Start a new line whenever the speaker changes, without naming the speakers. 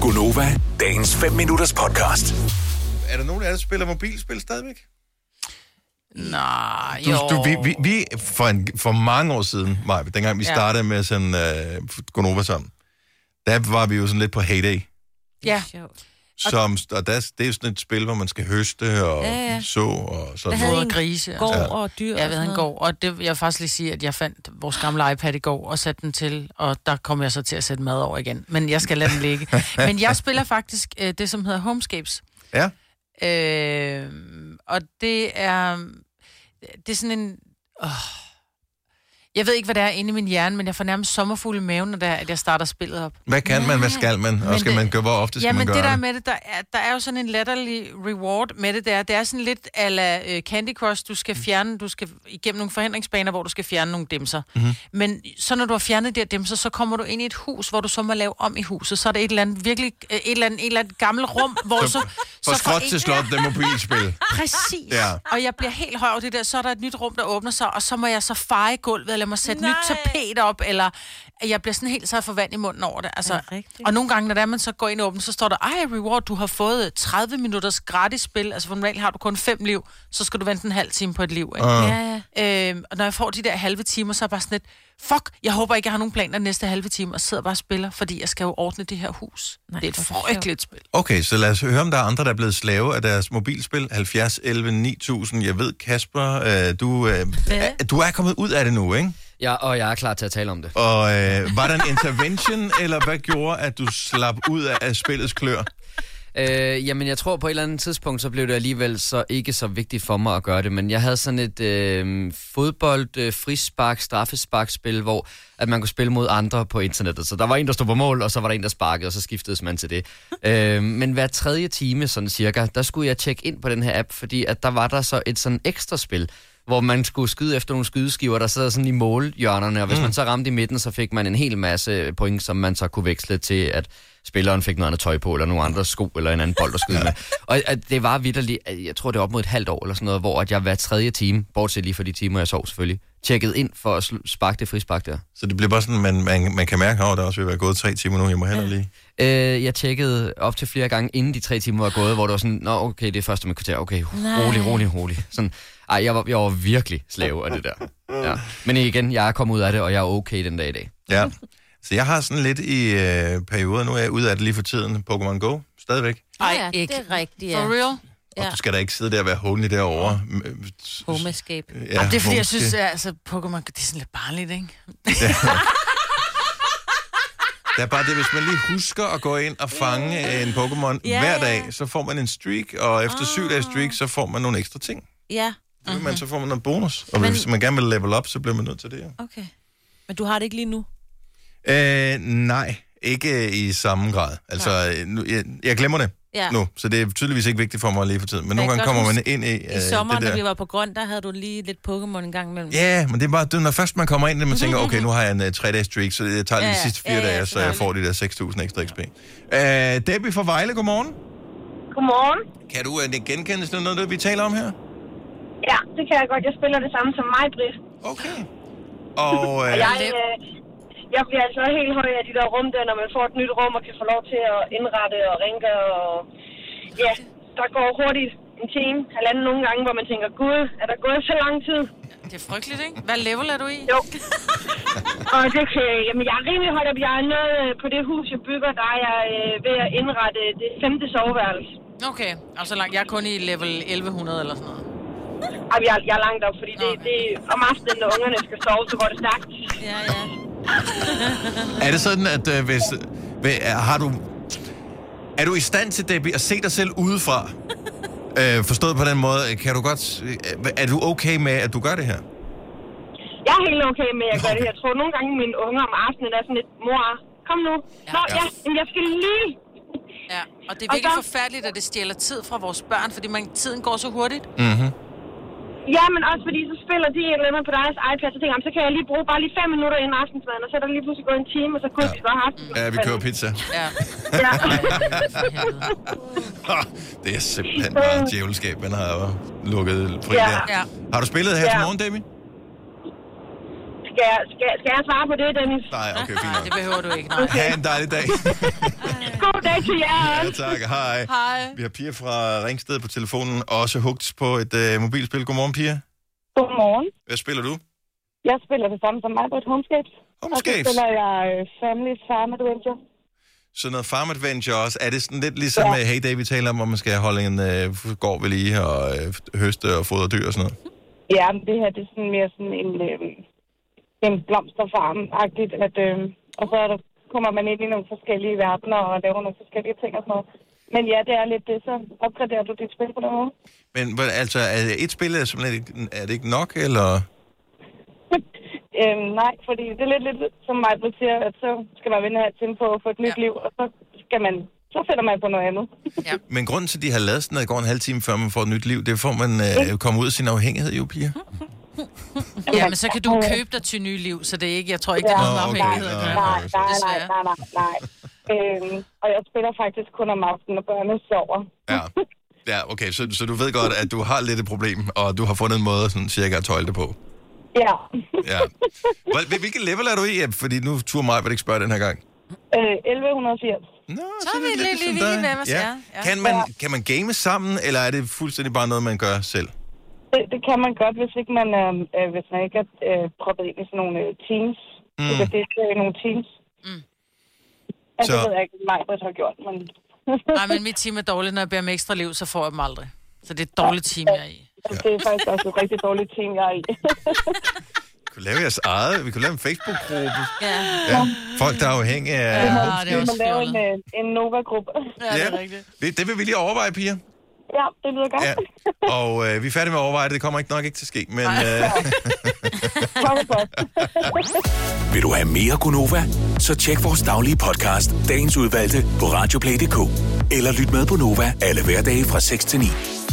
Gunova, dagens 5 minutters podcast.
Er der nogen af jer, der spiller mobilspil stadigvæk?
Nej,
Du,
jo.
du, vi, vi, vi for, en, for mange år siden, Maja, dengang vi
Ja.
startede med sådan øh, Gonova sammen, der var vi jo sådan lidt på Heyday.
Ja,
Som, og der, det er jo sådan et spil, hvor man skal høste og ja, ja. så og sådan
havde
noget.
en
og grise.
Gård
og-
ja. og dyr.
Jeg ved, han
og
går. Og det, vil jeg vil faktisk lige sige, at jeg fandt vores gamle iPad i går og satte den til, og der kom jeg så til at sætte mad over igen. Men jeg skal lade den ligge. Men jeg spiller faktisk øh, det, som hedder Homescapes.
Ja.
Øh, og det er... Det er sådan en... Åh. Jeg ved ikke, hvad der er inde i min hjerne, men jeg får nærmest sommerfugle i maven, når det er, at jeg starter spillet op.
Hvad kan man, hvad skal man, og
Men
skal
det-
man gøre, hvor ofte skal
Ja,
man
men
gøre
det der er med det, der er, der er jo sådan en latterlig reward med det der. Det er sådan lidt ala øh, Candy Crush. Du
Mm.
skal fjerne, du skal igennem nogle forhindringsbaner, hvor du skal fjerne nogle dimser.
Mhm.
Mm-hmm. Men så når du har fjernet de her dimser, så kommer du ind i et hus, hvor du så må lave om i huset. Så er det et eller andet virkelig, øh, et eller andet, et eller andet gammelt rum, hvor så...
Fra
får
skråt
en-
til slot, det er mobilspil.
Præcis.
Ja.
Ja. Og jeg bliver helt høj over det der. Så er der et nyt rum, der åbner sig, og så må jeg så feje gulvet, eller må sætte Nej. nyt
Nej.
tapet op, eller jeg bliver sådan helt så for vand i munden over det. Altså,
Er det rigtigt?
og nogle gange, når det er, man så går ind og åbner, så står der, ej, reward, du har fået 30 minutters gratis spil. Altså, for normalt har du kun fem liv, så skal du vente en halv time på et liv. Ikke?
noget.
Ah.
Ja, ja.
Øhm, og når jeg får de der halve timer, så er jeg bare sådan lidt, fuck, jeg håber ikke, jeg har nogen planer den næste halve time, og sidder bare og spiller, fordi jeg skal jo ordne det her hus. Nej,
Nej,
det er et
hvor er det
frygteligt spil.
Okay, så lad os høre, om der er andre, der er blevet slave af deres mobilspil. 70, 11, 9000. Jeg ved, Kasper, øh, du, øh, er, du er kommet ud af det nu, ikke?
Ja, og jeg er klar til at tale om det.
Og øh, var der en intervention, eller hvad gjorde, at du slap ud af, af spillets klør?
Øh, jamen, jeg tror på et eller andet tidspunkt, så blev det alligevel så ikke så vigtigt for mig at gøre det, men jeg havde sådan et øh, fodbold, øh, frispark, straffesparkspil, hvor at man kunne spille mod andre på internettet. Så der var en, der stod på mål, og så var der en, der sparkede, og så skiftedes man til det. øh, men hver tredje time, sådan cirka, der skulle jeg tjekke ind på den her app, fordi at der var der så et sådan ekstra spil, hvor man skulle skyde efter nogle skydeskiver, der sad sådan i målhjørnerne, og hvis mm. man så ramte i midten, så fik man en hel masse point, som man så kunne veksle til, at spilleren fik noget andet tøj på, eller nogle andre sko, eller en anden bold at skyde med. Og at det var vidderligt, at jeg tror det er op mod et halvt år eller sådan noget, hvor at jeg hver tredje time, bortset lige fra de timer, jeg sov selvfølgelig, tjekkede ind for at sl- sparke det frispark der.
Så det bliver bare sådan, man, man, man kan mærke, at der også vil være gået tre timer nu, jeg må heller lige.
Øh, jeg tjekkede op til flere gange, inden de tre timer var gået, hvor det var sådan, nå okay, det er første med kvarter, okay, rolig, rolig, rolig. Sådan, ej, jeg var, jeg var virkelig slave af det der. Ja. Men igen, jeg er kommet ud af det, og jeg er okay den dag i dag.
Ja. Så jeg har sådan lidt i øh, perioder, nu er jeg ude af det lige for tiden, Pokémon Go, stadigvæk.
Ej,
ja,
ikke.
Det er rigtigt, ja.
For real?
Ja. Og
Ja.
du skal da ikke sidde der og være håndelig derovre. Mm, øh, s-
Homescape.
Ja,
Ja, det er fordi,
hvor
jeg synes,
skal-
at altså, Pokémon, det er sådan lidt barnligt, ikke?
Der er bare det, hvis man lige husker at gå ind og fange øh, en Pokémon
Ja,
hver
ja.
dag, så får man en streak, og efter syv dages
Ah.
streak, så får man nogle ekstra ting.
Ja,
Mm-hmm.
Mhm.
Men så får man noget bonus, og
Men-
hvis man gerne vil level up, så bliver man nødt til det her.
okay. Men du har det ikke lige nu?
Øh, nej, ikke øh, i samme grad. Altså, øh, nu, jeg, jeg glemmer det
Ja.
nu, så det er tydeligvis ikke vigtigt for mig lige for tiden. Men nogle
kan
gange
godt
kommer man ind i, øh,
I sommeren,
det
da vi
der.
var på grøn, der havde du lige lidt Pokémon en gang imellem.
Ja, men det er bare, det, er, når først man kommer ind, og man tænker, okay, nu har jeg en uh, tre-dages streak, så jeg tager lige
Ja,
de
ja.
sidste fire
Ja, ja,
dage, så jeg får de der 6.000 ekstra XP. Øh, Debbie fra Vejle, godmorgen.
Godmorgen.
Kan du uh, genkende sådan noget, af det, vi taler om her?
Ja, det kan jeg godt. Jeg spiller det samme som mig, Britt.
Okay. Og øh,
Og jeg, øh, jeg bliver altså helt høj af de der rum der, når man får et nyt rum og kan få lov til at indrette og rinke. Og... Ja, der går hurtigt en time, halvanden nogle gange, hvor man tænker, gud, er der gået så lang tid?
Det er frygteligt, ikke? Hvad level er du i?
Jo. og det kan, jamen, jeg er rimelig højt op. Jeg er nået øh, på det hus, jeg bygger, der er jeg øh, ved at indrette det femte soveværelse.
Okay, og så langt. Jeg er kun i level 1100 eller sådan noget.
Jamen, jeg, jeg er langt op, fordi det, det er om aftenen, når ungerne skal sove, så går det stærkt.
ja. ja.
er det sådan, at øh, hvis, øh, har du, er du i stand til, Debbie, at se dig selv udefra? øh, forstået på den måde, kan du godt, øh, er du okay med, at du gør det her?
Jeg er helt okay med at gøre det. Jeg tror nogle gange, mine unger om aftenen er sådan lidt, mor, kom nu. Nå,
Ja.
ja, men jeg skal lige.
Ja, og det er
Og
virkelig
så-
forfærdeligt, at det stjæler tid fra vores børn, fordi man, tiden går så hurtigt.
Ja, men også fordi, så spiller de et eller andet på deres iPad, så tænker jeg, "Jamen, så kan jeg lige bruge bare lige fem minutter inden aftensmaden, og så er der lige pludselig gået en time, og så kunne vi bare have aftensmad.
Ja, vi kører pizza.
Ja.
Ja.
det er simpelthen bare et djævelskab, man har lukket fri
Øh. Ja.
der.
Ja.
Har du spillet her til
Ja.
morgen, Debbie?
Skal, jeg, skal, jeg- skal jeg svare på det, Dennis?
Nej, okay, fint
Nej, det
nok.
behøver du ikke, nej.
Ha' en dejlig dag.
God dag til jer
Ja,
også.
tak. Hej.
Hej.
Vi har Pia fra Ringsted på telefonen, også hugt på et øh, mobilspil. Godmorgen, Pia.
Godmorgen.
Hvad spiller du?
Jeg spiller det samme som mig på et Homescapes. Og så
Homescapes.
spiller jeg øh, Family Farm Adventure.
Sådan noget Farm Adventure også. Er det sådan lidt ligesom ja.
Ja.
Hey Day, vi taler om, hvor man skal holde en øh, gård ved lige og øh, høste og fodre dyr og sådan noget?
Ja, men det her det er sådan mere sådan en, øh, en blomsterfarm-agtigt. At, øh, og så er der, kommer man ind i nogle forskellige verdener og laver nogle forskellige ting og sådan noget. Men ja, det er lidt det, så opgraderer du dit spil på den måde.
Men hvor- altså, er det et spil er, simpelthen ikke, er det ikke nok, eller?
øhm, nej, fordi det er lidt, lidt som mig siger, at så skal man vende her til på at få et nyt
Ja.
liv, og så skal man så finder man på noget andet.
Men grunden til, at de har lavet sådan noget, går en halv time, før man får et nyt liv, det får man øh, komme ud af sin afhængighed, jo, Pia.
Ja, men så kan du købe dig til nye liv, så det er ikke, jeg tror ikke, det er
Ja.
noget
Nå,
med
okay.
afhængighed
Nå,
at gøre.
Nej,
okay.
nej, nej,
Desværre.
nej, nej, nej. øhm, og jeg spiller faktisk kun om aftenen, når børnene sover.
Ja. Ja, okay, så, så du ved godt, at du har lidt et problem, og du har fundet en måde sådan cirka at tøjle det på.
Ja.
Ja. Hvor- hvil- Hvilket level er du i? Eb? Fordi nu turde mig, vil ikke spørge den her gang.
øh, 1180.
Nå,
Så er vi
det
lidt
ligesom
lige
dig.
ved, hvad
ja.
vi siger. Ja.
Kan, man, kan man game sammen, eller er det fuldstændig bare noget, man gør selv?
Det, det kan man godt, hvis ikke man, øh, øh, hvis man ikke er øh, proppet ind i sådan nogle øh, teams. Mm. Du kan deltage i nogle teams. Mm. Altså,
Så-
det ved jeg ikke, hvad Majbrit har gjort, men...
Nej, men mit team er dårligt, når jeg beder om ekstra liv, så får jeg dem aldrig. Så det er et dårligt team, jeg er i.
Altså, det er faktisk også et rigtig dårligt team, jeg er i.
Vi kunne lave jeres eget. Vi kunne lave en Facebook-gruppe.
Ja,
Ja. Folk, der er afhængige af...
ja
Ja.
det er
man
også
laver en,
fjollet.
øh, en Nova-gruppe.
Ja, det er rigtigt.
Det, det vil vi lige overveje, Pia.
ja, det lyder godt.
Ja. Og øh, vi er færdige med at overveje det. Det kommer ikke nok ikke til at ske, men... Øh,
Tak for godt.
Vil du have mere Gunova? Så tjek vores daglige podcast, dagens udvalgte, på radioplay.dk. Eller lyt med på Nova alle hverdage fra 6 til 9.